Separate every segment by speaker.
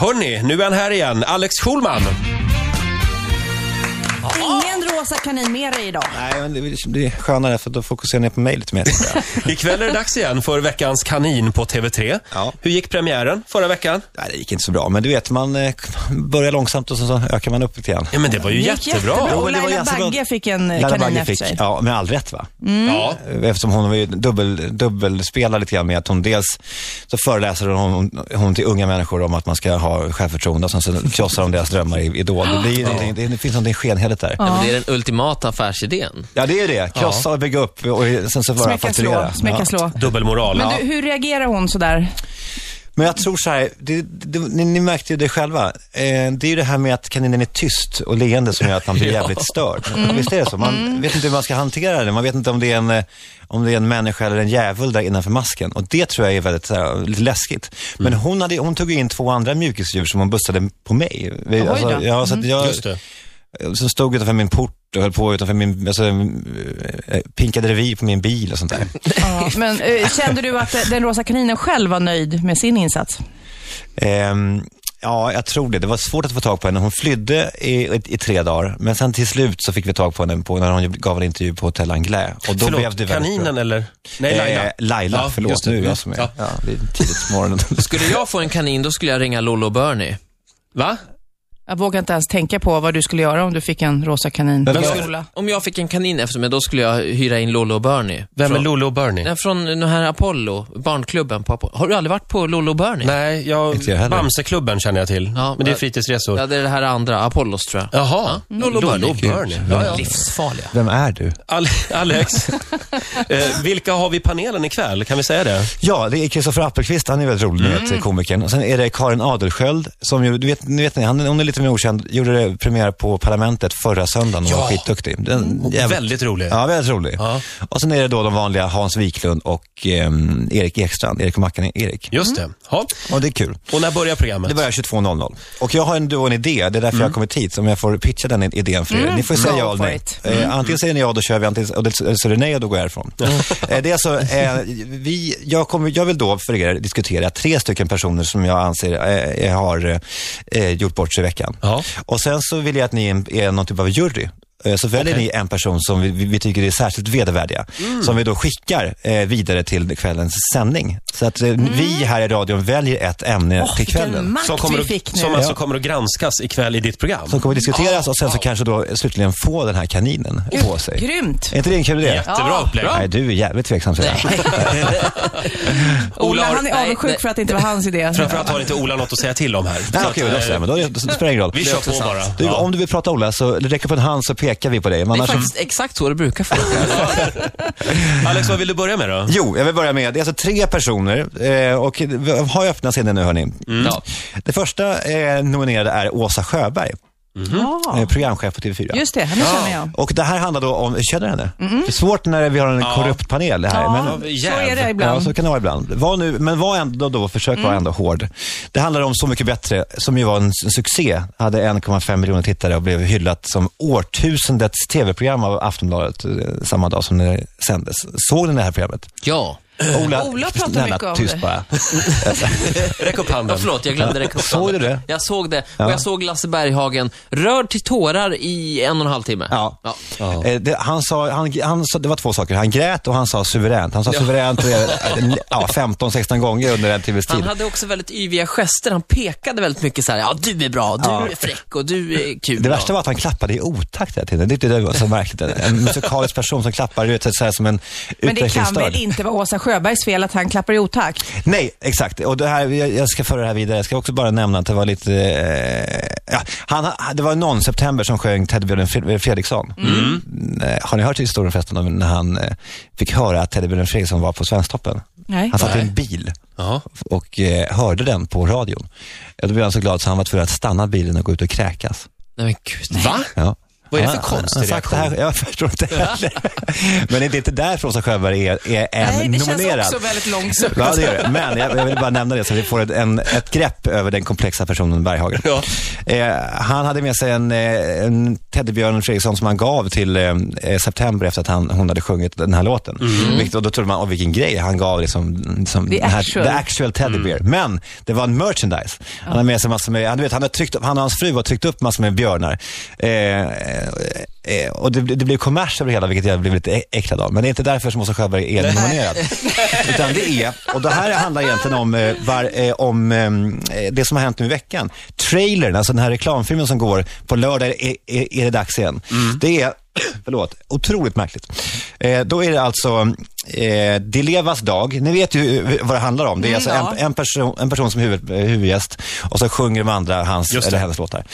Speaker 1: Hörni, nu är han här igen. Alex Schulman.
Speaker 2: Ingen rosa kanin med dig idag.
Speaker 3: Nej, men det blir skönare för då fokuserar ni på mig lite mer. tror jag.
Speaker 1: Ikväll är det dags igen för veckans kanin på TV3.
Speaker 3: Ja.
Speaker 1: Hur gick premiären förra veckan?
Speaker 3: Nej, det gick inte så bra, men du vet, man eh, börjar långsamt och så, så ökar man upp lite grann.
Speaker 1: Ja, men det var ju
Speaker 2: Det gick
Speaker 1: jättebra.
Speaker 3: Jo,
Speaker 2: Och
Speaker 3: men det var
Speaker 2: Laila
Speaker 3: jättebra.
Speaker 2: Bagge fick en eh,
Speaker 3: Laila
Speaker 2: kanin
Speaker 3: Bagge
Speaker 2: efter
Speaker 3: fick,
Speaker 2: sig. Mm.
Speaker 3: ja, med all rätt va?
Speaker 4: Mm.
Speaker 1: Ja.
Speaker 3: Eftersom hon var ju dubbel, dubbelspelade lite grann med att hon dels så föreläser hon, hon till unga människor om att man ska ha självförtroende och sen så krossar de deras drömmar i Idol. Det, blir, det, det, det finns någonting skenheligt där.
Speaker 4: Ja, men det är den ultimata affärsidén.
Speaker 3: Ja, det är ju det. Krossa och bygga upp och sen så bara
Speaker 2: Smäcka slå,
Speaker 3: fakturera.
Speaker 2: smäcka
Speaker 3: Ja.
Speaker 2: slå.
Speaker 1: Dubbelmoral.
Speaker 2: Men
Speaker 1: Ja.
Speaker 2: du, hur reagerar hon sådär?
Speaker 3: Men jag tror så här, det, det, ni, ni märkte ju det själva. Eh, det är ju det här med att kaninen är tyst och leende som gör att man blir jävligt störd. Visst är det så? Man vet inte hur man ska hantera det. Man vet inte om det är en, eh, om det är en människa eller en djävul där innanför masken. Och det tror jag är väldigt så här, lite läskigt. Men hon, hade, hon tog ju in två andra mjukisdjur som hon bussade på mig. Vi, alltså,
Speaker 2: Oj då.
Speaker 3: ja, så att jag,
Speaker 1: Just det.
Speaker 3: Som stod utanför min port och höll på utanför min, alltså, eh, pinkade revir på min bil och sånt där.
Speaker 2: Ja, men eh, kände du att eh, den rosa kaninen själv var nöjd med sin insats?
Speaker 3: Ehm, ja, jag tror det. Det var svårt att få tag på henne. Hon flydde i, i, i tre dagar, men sen till slut så fick vi tag på henne på, när hon gav en intervju på Hotel Anglais. Och då blev det
Speaker 1: Förlåt,
Speaker 3: väldigt
Speaker 1: kaninen
Speaker 3: bra.
Speaker 1: eller? Nej, Laila.
Speaker 3: Eh, Laila,
Speaker 1: Ja, just
Speaker 3: förlåt.
Speaker 1: det.
Speaker 3: Nu är jag som är... Mm. Ja.
Speaker 1: Ja.
Speaker 3: det är tidigt på morgonen.
Speaker 4: Skulle jag få en kanin, då skulle jag ringa Lollo och Bernie.
Speaker 1: Va?
Speaker 2: Jag vågar inte ens tänka på vad du skulle göra om du fick en rosa kanin.
Speaker 3: Men
Speaker 2: på
Speaker 3: vad-
Speaker 2: skola.
Speaker 4: Om jag fick en kanin efter mig, då skulle jag hyra in Lollo och Bernie.
Speaker 1: Vem är
Speaker 4: Från-
Speaker 1: Lolo och Bernie?
Speaker 4: Den från den här Apollo, barnklubben på Apollo. Har du aldrig varit på Lollo och Bernie?
Speaker 1: Nej, jag,
Speaker 3: Inte jag heller.
Speaker 1: Bamseklubben känner jag till.
Speaker 4: Ja,
Speaker 1: men det är
Speaker 4: men-
Speaker 1: fritidsresor.
Speaker 4: Ja, det är det här andra, Apollos tror jag.
Speaker 1: Jaha,
Speaker 4: Lollo och Bernie.
Speaker 1: Lollo och Bernie. Ja, ja.
Speaker 4: Livsfarliga.
Speaker 3: Vem är du?
Speaker 1: Ale- Alex, eh, vilka har vi i panelen ikväll? Kan vi säga det?
Speaker 3: Ja, det är Kristoffer Appelqvist, han är väldigt rolig, ni vet, komikern. Och sen är det Karin Adelsköld, som ju, du vet, ni vet, ni, han, hon är lite mer okänd, gjorde det premiär på Parlamentet förra söndagen och var skitduktig. Den, jävligt-
Speaker 1: Väldigt rolig.
Speaker 3: Ja, väldigt rolig.
Speaker 1: Ja.
Speaker 3: Och sen är det då de vanliga Hans Wiklund och ehm, Erik Ekstrand, Erik och Mackan Erik.
Speaker 1: Just det. Ja.
Speaker 3: Och det är kul.
Speaker 1: Och när börjar
Speaker 3: Det
Speaker 1: programmet?
Speaker 3: börjar 22.00. Och jag har en, då en idé, det är därför jag har kommit hit, om jag får pitcha den i- idén för er. Ni får säga
Speaker 2: Go
Speaker 3: ja eller
Speaker 2: for
Speaker 3: nej.
Speaker 2: it.
Speaker 3: Eh, antingen säger ni ja, då kör vi, antingen, och det- eller så är det nej och då går jag härifrån. eh, det är alltså, eh, vi, jag, kommer, jag vill då för er diskutera tre stycken personer som jag anser eh, har eh, gjort bort sig i veckan.
Speaker 1: Ja.
Speaker 3: Och sen så vill jag att ni är en- är någon typ av jury. Eh, Så väljer ni en person som vi, vi- vi tycker är särskilt vedervärdiga,
Speaker 4: Mm.
Speaker 3: som vi då skickar eh, vidare till kvällens sändning. Så att eh,
Speaker 4: Mm.
Speaker 3: vi här i radion väljer ett ämne till
Speaker 2: Vilken
Speaker 3: kvällen.
Speaker 2: makt
Speaker 1: Som, kommer
Speaker 2: vi fick
Speaker 1: att,
Speaker 2: nu.
Speaker 1: som alltså
Speaker 3: Ja.
Speaker 1: kommer att granskas ikväll i ditt program.
Speaker 3: Som kommer diskuteras och sen så kanske då slutligen få den här kaninen på sig. Eh,
Speaker 2: Grymt.
Speaker 3: Är inte det en kul idé?
Speaker 1: Jättebra
Speaker 2: Ja.
Speaker 1: upplägg.
Speaker 3: Nej, du är jävligt tveksam säger jag.
Speaker 2: Ola,
Speaker 1: har-
Speaker 2: han är
Speaker 4: nej,
Speaker 2: avundsjuk
Speaker 4: nej.
Speaker 2: för att det inte var hans idé.
Speaker 1: Framförallt har inte Ola något att säga till om här.
Speaker 3: Nej,
Speaker 1: Så
Speaker 3: okej,
Speaker 1: att,
Speaker 3: då
Speaker 1: eh,
Speaker 3: så, men då, är det- då spelar det ingen roll.
Speaker 1: vi kör på bara.
Speaker 3: Du,
Speaker 1: Ja.
Speaker 3: om du vill prata Ola, så räcker på en hand så pekar vi på dig. Men
Speaker 4: Det är
Speaker 3: annars så
Speaker 4: faktiskt exakt så det brukar funka.
Speaker 1: Alex, vad vill du börja med då?
Speaker 3: Jo, jag vill börja med, det är alltså tre personer eh, och vi har ju öppna scener nu hörni.
Speaker 1: Mm.
Speaker 4: Ja.
Speaker 3: Det första eh, nominerade är Åsa Sjöberg,
Speaker 2: Ja,
Speaker 3: eh, programchef på TV4.
Speaker 2: just det. Han känner jag.
Speaker 3: Och det här handlar då om, känner du henne? Det är svårt när vi har en korrupt panel det här.
Speaker 2: Ja,
Speaker 3: men,
Speaker 2: så är
Speaker 1: jäv.
Speaker 2: det
Speaker 3: Ja,
Speaker 2: ibland. Mm.
Speaker 3: så kan det vara ibland. Var nu, men var ändå då, försök vara ändå hård. Det handlar om Så mycket bättre, som ju var en s- succé. Hade 1,5 miljoner tittare och blev hyllat som årtusendets tv-program av Aftonbladet eh, samma dag som det sändes. Såg ni det här programmet?
Speaker 4: Ja.
Speaker 3: Ola,
Speaker 2: Eh. Ola pratar
Speaker 3: snälla,
Speaker 2: mycket om
Speaker 3: tyst
Speaker 2: det.
Speaker 3: bara.
Speaker 1: Räck upp
Speaker 4: Ja,
Speaker 1: handen.
Speaker 4: förlåt, jag glömde räcka upp
Speaker 3: Såg
Speaker 4: handen.
Speaker 3: du det?
Speaker 4: Jag såg det.
Speaker 3: Ja.
Speaker 4: Och jag såg Lasse Berghagen rörd till tårar i en och en halv timme.
Speaker 3: Ja.
Speaker 4: ja.
Speaker 3: Eh, Det, han sa, han, han sa, det var två saker. Han grät och han sa suveränt. Han sa suveränt eh, ja, 15-16 gånger under en timmes
Speaker 4: Han
Speaker 3: tid.
Speaker 4: hade också väldigt yviga gester. Han pekade väldigt mycket så här. ja du är bra, du
Speaker 3: Ja.
Speaker 4: är fräck och du är kul.
Speaker 3: Det
Speaker 4: Ja.
Speaker 3: värsta var att han klappade i otakt hela tiden. Det tyckte jag var så märkligt. En- En musikalisk person som klappar, du vet, så här som en
Speaker 2: Men det kan väl
Speaker 3: utvecklingsstörd.
Speaker 2: inte vara Åsa Sjöbergs fel att han klappar i otakt?
Speaker 3: Nej, exakt. Och det här, jag jag ska föra det här vidare. Jag ska också bara nämna att det var lite... Eh, ja, han, han- det var någon september som sjöng Teddybjörnen Fred- Fredriksson.
Speaker 4: Mm.
Speaker 3: Eh, Har ni hört historien förresten om när han eh, fick höra att Teddybjörnen Fredriksson var på Svensktoppen?
Speaker 2: Nej.
Speaker 3: Han satt i en bil
Speaker 1: Ja.
Speaker 3: och eh, hörde den på radion. Ja, Då blev han så glad så han var tvungen att stanna bilen och gå ut och kräkas.
Speaker 4: Nej men gud.
Speaker 1: Va?
Speaker 3: Ja.
Speaker 4: Vad är det för
Speaker 3: Han-
Speaker 4: konstig
Speaker 3: han har sagt det här,
Speaker 4: reaktion?
Speaker 3: Jag förstår inte heller. Men det är inte därför Åsa Sjöberg är, är än
Speaker 2: Nej, det
Speaker 3: nominerad.
Speaker 2: känns också väldigt långsamt.
Speaker 3: Ja, det gör det. Men jag, jag vill bara nämna det så vi får ett, en, ett grepp över den komplexa personen Berghagen.
Speaker 1: Ja.
Speaker 3: Eh, han hade med sig en, eh, en teddybjörn Fredriksson som han gav till eh, eh, September efter att han, hon hade sjungit den här låten. Vilket, och då trodde man, åh vilken grej, han gav liksom, liksom
Speaker 2: The
Speaker 3: den här,
Speaker 2: actual.
Speaker 3: the actual teddy bear. Men det var en merchandise. Han har med sig massor med, han, du vet, han, har tryckt, upp- han och hans fru har tryckt upp massor med björnar. Eh, eh, och det, det blev kommers över det hela, vilket jag blev lite ä- äcklad av. Men det är inte därför som Åsa Sjöberg är nominerad. Utan det är, och det här handlar egentligen om, eh, var, eh, om eh, det som har hänt nu i veckan. Trailern, alltså den här reklamfilmen som går på lördag, är, är, är det dags igen.
Speaker 2: Mm.
Speaker 3: Det är, förlåt, otroligt märkligt. Eh, då är det alltså eh, Di Levas dag. Ni vet ju eh, vad det handlar om.
Speaker 1: Mm,
Speaker 3: Det är alltså
Speaker 2: ja.
Speaker 3: en, en, person, en person som är huvud, eh, huvudgäst och så sjunger de andra hans
Speaker 1: Just det.
Speaker 3: eller hennes låtar.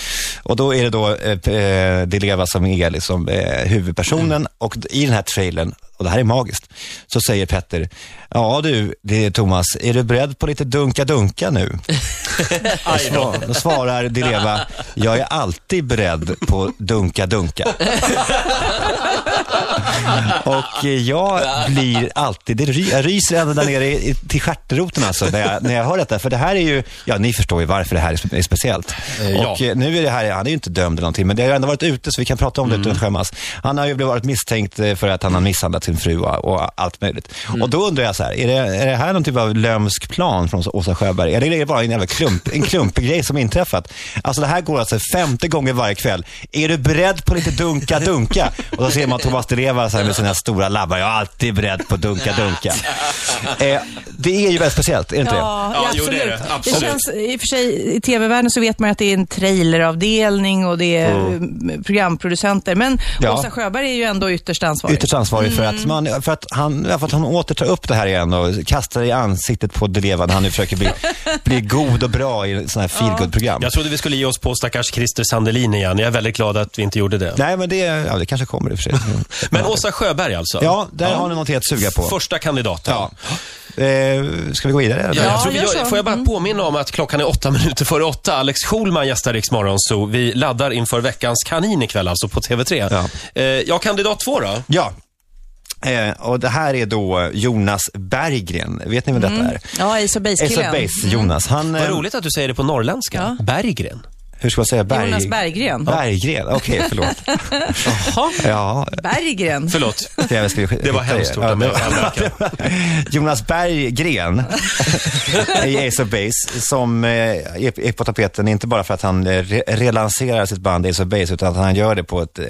Speaker 3: Och då är det då eh, p- eh, Di Leva som är liksom, eh, huvudpersonen
Speaker 1: Mm.
Speaker 3: och d- i den här trailern, och det här är magiskt, så säger Petter, ja du det är Thomas, är du beredd på lite dunka-dunka nu? Då svar- Då svarar Di Leva, jag är alltid beredd på dunka-dunka. Och eh, jag blir alltid, det ry- jag ryser ända där nere i- till stjärteroten alltså när jag, när jag hör detta. För det här är ju, ja ni förstår ju varför det här är, spe- är speciellt.
Speaker 1: ja.
Speaker 3: Och eh, nu är det här, han är ju inte dömd eller någonting, men det har ju ändå varit ute så vi kan prata om det utan att skämmas. Han har ju blivit- varit misstänkt eh, för att han har misshandlat sin fru och, och allt möjligt. Och då undrar jag så här, är det, är det här någon typ av lömsk plan från Åsa Sjöberg? Eller är det bara en jävla klump, en klumpgrej som inträffat? Alltså det här går alltså femte gången varje kväll. Är du beredd på lite dunka-dunka? Och då ser man Thomas Di Leva så här med sina stora labbar. Jag är alltid beredd på dunka-dunka. Eh, det är ju väldigt speciellt, är det inte det?
Speaker 2: Ja,
Speaker 1: Ja, jo,
Speaker 2: absolut.
Speaker 1: det är det. Absolut.
Speaker 2: känns, I och för sig, i tv-världen så vet man ju att det är en traileravdelning och det är
Speaker 1: Mm.
Speaker 2: eh, programproducenter. Men
Speaker 3: Ja.
Speaker 2: Åsa Sjöberg är ju ändå ytterst ansvarig.
Speaker 3: Ytterst ansvarig för
Speaker 2: Mm.
Speaker 3: att, man, för, att han, för att han åter tar upp det här igen och kastar det i ansiktet på Di Leva när han nu försöker bli, bli god och bra i sådana här feelgood-program.
Speaker 1: Jag trodde vi skulle ge oss på stackars Christer Sandelin igen. Jag är väldigt glad att vi inte gjorde det.
Speaker 3: Nej, men det, ja, det kanske kommer i och för sig.
Speaker 1: Men Åsa Sjöberg alltså.
Speaker 3: Ja, där har ni något helt suga på.
Speaker 1: Första kandidaten.
Speaker 3: Ja. Eh, ska vi gå vidare? eller?
Speaker 1: Ja, jag tror vi
Speaker 2: gör
Speaker 1: gör,
Speaker 2: så. Mm.
Speaker 1: får jag bara påminna om att klockan är åtta minuter före åtta. Alex Schulman gästar Rix Morgon Zoo. Vi laddar inför veckans kanin ikväll alltså på TV3.
Speaker 3: Ja.
Speaker 1: Eh, ja, kandidat två då?
Speaker 3: Ja. Eh, och det här är då Jonas Berggren. Vet ni vem
Speaker 2: Mm.
Speaker 3: detta är?
Speaker 2: Ja, Ace of
Speaker 3: Ace of
Speaker 2: Base-killen.
Speaker 3: Base, Jonas. Han,
Speaker 1: Vad
Speaker 3: eh,
Speaker 1: roligt att du säger det på norrländska. Berggren.
Speaker 3: Hur ska man säga? Berg...
Speaker 2: Jonas Berggren.
Speaker 3: Berggren, okej, förlåt.
Speaker 1: Jaha.
Speaker 3: ja,
Speaker 2: Berggren.
Speaker 1: Förlåt.
Speaker 3: ska jag skriva,
Speaker 1: Det var hemskt gjort av mig. Jag märker.
Speaker 3: Jonas Berggren i Ace of Base som eh, är är på tapeten, inte bara för att han eh, re- relanserar sitt band Ace of Base, utan att han gör det på ett, eh,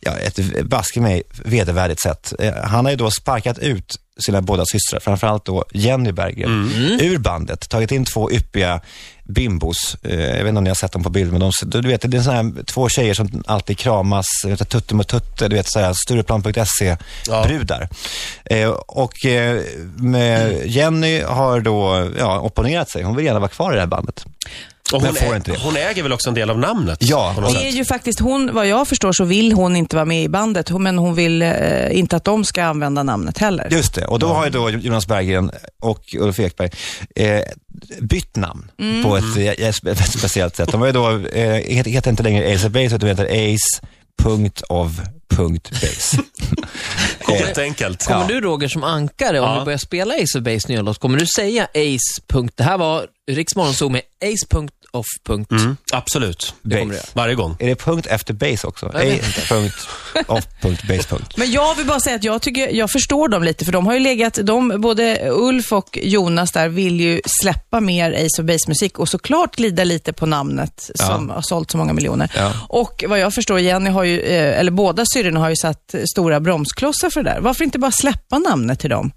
Speaker 3: ja, ett baske mig vedervärdigt sätt. Eh, Han har ju då sparkat ut sina båda systrar, framförallt då Jenny Berggren, ur bandet. Tagit in två yppiga bimbos. Eh, Jag vet inte om ni har sett dem på bild, men de, du vet, det är såna här två tjejer som alltid kramas, jag vet, tuttum och tutte, du vet så här Stureplan.se
Speaker 1: Ja.
Speaker 3: brudar. Eh, och eh, med Jenny har då ja, opponerat sig. Hon vill gärna vara kvar i det här bandet.
Speaker 1: Och
Speaker 3: Men
Speaker 1: hon,
Speaker 3: får
Speaker 1: ä-
Speaker 3: inte det.
Speaker 1: hon äger väl också en del av namnet?
Speaker 3: Ja,
Speaker 1: på något
Speaker 2: Det är
Speaker 1: sätt.
Speaker 2: ju faktiskt hon, vad jag förstår så vill hon inte vara med i bandet, hon- men hon vill eh, inte att de ska använda namnet heller.
Speaker 3: Just det, och då har ju då Jonas Berggren och Ulf Ekberg eh, bytt namn på ett eh, eh, spe- speciellt sätt. De var ju då, eh, heter, heter inte längre Ace of Base, utan heter Ace punkt of punkt base.
Speaker 1: Helt enkelt.
Speaker 4: Kommer du Roger som ankare, om
Speaker 1: Ja.
Speaker 4: du börjar spela Ace of Base nya låt, kommer du säga Ace. Punkt, det här var Riks Morgonzoo med Ace. Punkt off. Punkt.
Speaker 1: Mm, absolut.
Speaker 4: Det kommer du
Speaker 3: Base.
Speaker 4: göra.
Speaker 1: Varje gång.
Speaker 3: Är det punkt efter base också?
Speaker 4: Jag vet
Speaker 3: Ace punkt of punkt base punkt.
Speaker 2: Men jag vill bara säga att jag, tycker, jag förstår dem lite, för de har ju legat, de, både Ulf och Jonas där vill ju släppa mer Ace of Base-musik och såklart glida lite på namnet som har sålt så många miljoner.
Speaker 3: Ja.
Speaker 2: Och vad jag förstår, Jenny har ju, eh, eller båda syrrorna har ju satt stora bromsklossar för det där. Varför inte bara släppa namnet till dem?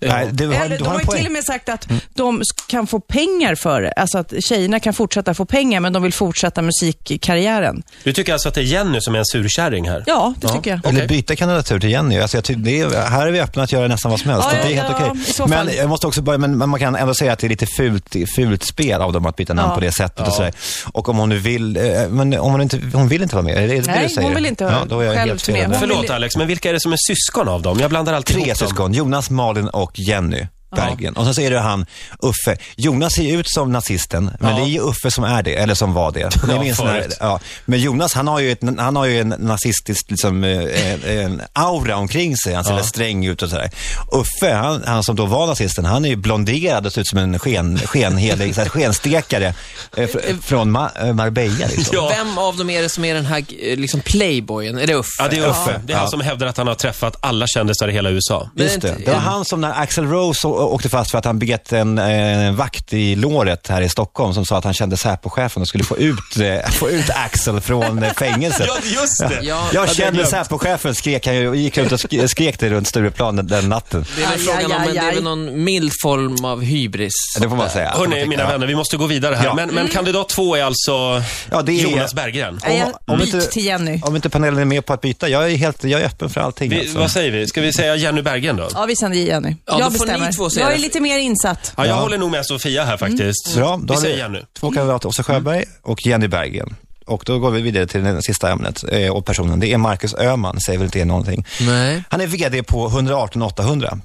Speaker 3: Nej, du har,
Speaker 2: Eller,
Speaker 3: du
Speaker 2: de
Speaker 3: har
Speaker 2: har
Speaker 3: en
Speaker 2: ju till
Speaker 3: poäng.
Speaker 2: och med sagt att de sk- kan få pengar för det. Alltså att tjejerna kan fortsätta få pengar, men de vill fortsätta musikkarriären.
Speaker 1: Du tycker alltså att det är Jenny som är en surkärring här?
Speaker 2: Ja, det tycker jag.
Speaker 3: Eller
Speaker 1: Okej.
Speaker 3: byta kandidatur till Jenny. Alltså jag ty- det är, här är vi öppna att göra nästan vad som helst.
Speaker 2: Ja,
Speaker 3: det är
Speaker 2: ja,
Speaker 3: helt
Speaker 2: ja,
Speaker 3: okej.
Speaker 2: i så
Speaker 3: Men
Speaker 2: fall.
Speaker 3: jag måste också börja, men men man kan ändå säga att det är lite fult, fult spel av dem att byta namn
Speaker 2: Ja.
Speaker 3: på det sättet och sådär. Och om hon nu vill, eh, men om hon inte, hon vill inte vara med, är det det
Speaker 2: Nej,
Speaker 3: du säger?
Speaker 2: hon vill inte
Speaker 3: ja, då är jag
Speaker 2: själv
Speaker 3: helt
Speaker 2: turnera.
Speaker 3: fel.
Speaker 2: Hon
Speaker 1: Förlåt
Speaker 2: vill-
Speaker 1: Alex, men vilka är det som är syskon av dem? Jag blandar alltid
Speaker 3: Tre
Speaker 1: ihop dem.
Speaker 3: syskon, Jonas, Malin och Jenny. Berggren. Och sen så är det han Uffe. Jonas ser ju ut som nazisten, men
Speaker 1: Ja.
Speaker 3: det är ju Uffe som är det, eller som var det. Ni
Speaker 1: Ja,
Speaker 3: minns när,
Speaker 1: förut.
Speaker 3: ja. Men Jonas, han har ju, ett, han har ju en nazistisk liksom, eh, eh, en aura omkring sig. Han ser väldigt sträng ut och sådär. Uffe, han, han som då var nazisten, han är ju blonderad och ser ut som en sken, skenhelig, så här, skenstekare eh, fr, från Ma- eh, Marbella. Liksom.
Speaker 1: Ja.
Speaker 4: Vem av dem är det som är den här eh, liksom playboyen? Är det Uffe?
Speaker 1: Ja, det är Uffe.
Speaker 3: Ja.
Speaker 1: Det är han
Speaker 3: Ja.
Speaker 1: som hävdar att han har träffat alla kändisar i hela USA.
Speaker 4: Men
Speaker 3: Just
Speaker 4: inte-
Speaker 3: det. Det var
Speaker 4: ja.
Speaker 3: han som när Axel Rose å- åkte fast för att han begett en eh, vakt i låret här i Stockholm som sa att han kände Säpochefen och skulle få ut, eh, få ut Axel från eh, fängelset.
Speaker 1: just det!
Speaker 4: Ja,
Speaker 3: Jag
Speaker 4: ja,
Speaker 3: känner
Speaker 1: glömt.
Speaker 3: Säpochefen, skrek han ju och gick runt och sk- skrek det runt Stureplan den, den natten.
Speaker 4: det är väl
Speaker 2: Aj,
Speaker 4: frågan
Speaker 2: aj,
Speaker 4: om, men det
Speaker 2: aj,
Speaker 4: är väl
Speaker 2: aj.
Speaker 4: någon mild form av hybris.
Speaker 3: Det får man säga.
Speaker 1: Hörni, mina
Speaker 3: Ja.
Speaker 1: vänner, vi måste gå vidare här.
Speaker 3: Ja.
Speaker 1: Men, men kandidat två är alltså
Speaker 3: Ja, det är-
Speaker 1: Jonas Berggren.
Speaker 2: Nej,
Speaker 3: Om- om
Speaker 2: jag, byt
Speaker 3: inte-
Speaker 2: till Jenny.
Speaker 3: Om inte panelen är med på att byta, jag är, helt, jag är öppen för allting.
Speaker 1: Vi,
Speaker 3: alltså.
Speaker 1: Vad säger vi? Ska vi säga Jenny Berggren då?
Speaker 2: Ja, vi sänder Jenny.
Speaker 4: Ja,
Speaker 2: jag
Speaker 4: då får ni
Speaker 2: bestämmer.
Speaker 4: två säga
Speaker 2: jag är
Speaker 4: det.
Speaker 2: lite mer insatt.
Speaker 1: Ja, jag
Speaker 3: Ja.
Speaker 1: håller nog med Sofia här faktiskt.
Speaker 3: Bra, då
Speaker 1: vi
Speaker 3: har
Speaker 1: säger
Speaker 3: vi
Speaker 1: Jenny.
Speaker 3: två kandidater, Åsa Sjöberg och Jenny Berggren. Och då går vi vidare till det sista ämnet eh, och personen. Det är Marcus Öhman, säger väl inte er någonting.
Speaker 4: Nej.
Speaker 3: Han är VD på 118 800.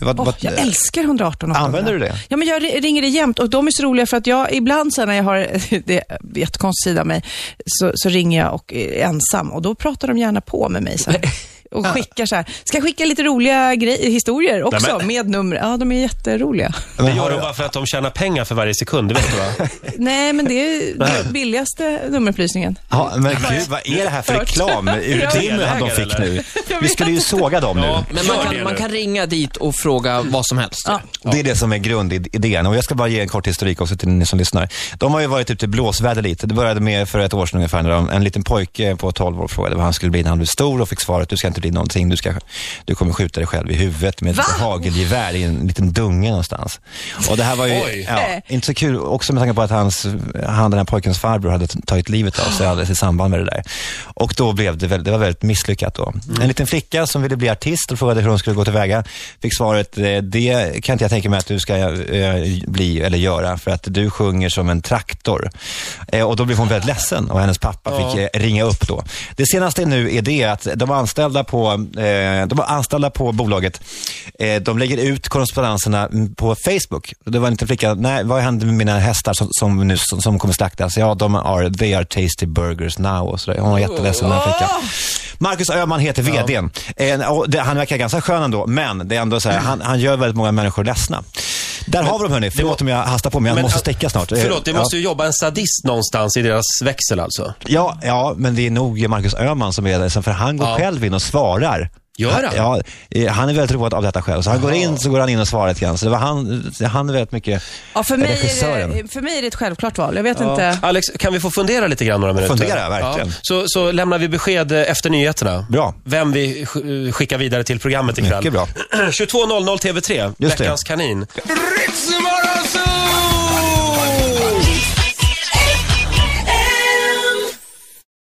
Speaker 3: Vad,
Speaker 2: Åh,
Speaker 3: vad,
Speaker 2: jag älskar 118 800.
Speaker 3: Använder du det?
Speaker 2: Ja, men jag ri- ringer det jämt och de är så roliga för att jag ibland så här när jag har, det är en jättekonstig sida av mig, så, så ringer jag och är ensam och då pratar de gärna på med mig så här. Och skickar så här, ska jag skicka lite roliga grej, historier också
Speaker 1: Nej, men-
Speaker 2: med nummer. Ja, de är jätteroliga.
Speaker 1: Det
Speaker 3: men
Speaker 1: gör
Speaker 3: har,
Speaker 1: de bara för att de tjänar pengar för varje sekund, det vet du va? Mm.
Speaker 2: Nej, men det är den billigaste nummerupplysningen.
Speaker 3: ja, men gud, vad är det här för
Speaker 2: Hört.
Speaker 3: reklamutrymme
Speaker 1: Ja.
Speaker 3: han de fick
Speaker 1: Eller?
Speaker 3: nu? Vi skulle ju såga dem
Speaker 1: Ja.
Speaker 3: nu.
Speaker 4: Men man
Speaker 1: Gör det
Speaker 4: kan, man
Speaker 1: nu.
Speaker 4: kan ringa dit och fråga vad som helst.
Speaker 2: Ja.
Speaker 3: Det är det som är grundidén. Och jag ska bara ge en kort historik också till ni som lyssnar. De har ju varit ute i blåsväder lite. Det började med för ett år sedan ungefär när de, en liten pojke på 12 år frågade vad han skulle bli när han blev stor och fick svaret du ska inte bli någonting. Du, ska, du kommer skjuta dig själv i huvudet med ett hagelgevär i en liten dunge någonstans. Och det här var ju
Speaker 1: Oj.
Speaker 3: ja, inte så kul. Också med tanke på att hans, han, den här pojkens farbror hade t- tagit livet av sig alldeles i samband med det där. Och då blev det, väl, det var väldigt misslyckat då. En liten flicka som ville bli artist och frågade hur hon skulle gå tillväga fick svaret, eh, det kan inte jag tänka mig att du ska eh, bli eller göra för att du sjunger som en traktor. Eh, och då blev hon väldigt ledsen och hennes pappa fick eh, ringa upp då. Det senaste nu är det att de anställda på, eh, de anställda på bolaget, eh, de lägger ut korrespondenserna mm, på Facebook. Det var en liten flicka, nej, vad hände med mina hästar som, som, nu, som, som kommer slaktas? Ja, de är, they are tasty burgers now och sådär. Hon var jätteledsen den här flickan. Marcus Öhman heter VDn. Eh, och det, han verkar ganska skön ändå, men det är ändå så här, han, han gör väldigt många människor ledsna. Där har vi dem hörni. Förlåt om jag hastar på mig, jag måste stäcka snart. Eh,
Speaker 1: äh, Förlåt, det
Speaker 3: ja.
Speaker 1: måste ju jobba en sadist någonstans i deras växel alltså.
Speaker 3: Ja, ja, men det är nog Marcus Öhman som är det, för han går
Speaker 1: Ja.
Speaker 3: själv in och svarar.
Speaker 1: Gör han?
Speaker 3: Ja, eh, han är väldigt road av detta själv. Så han går in, så går han in och svarar lite grann. Så det var han, han är väldigt mycket
Speaker 2: Ja, för, mig är
Speaker 3: regissören.
Speaker 2: det, Eh, för mig är det ett självklart val. Jag vet inte.
Speaker 1: Alex, kan vi få fundera lite grann några minuter?
Speaker 3: Fundera, verkligen.
Speaker 1: Så, så lämnar vi besked eh, efter nyheterna.
Speaker 3: Bra.
Speaker 1: Vem vi sk- eh, skickar vidare till programmet ikväll.
Speaker 3: Mycket bra.
Speaker 1: 22.00 TV3,
Speaker 3: Just det.
Speaker 1: Veckans kanin.
Speaker 5: Ritzmorgonzoo!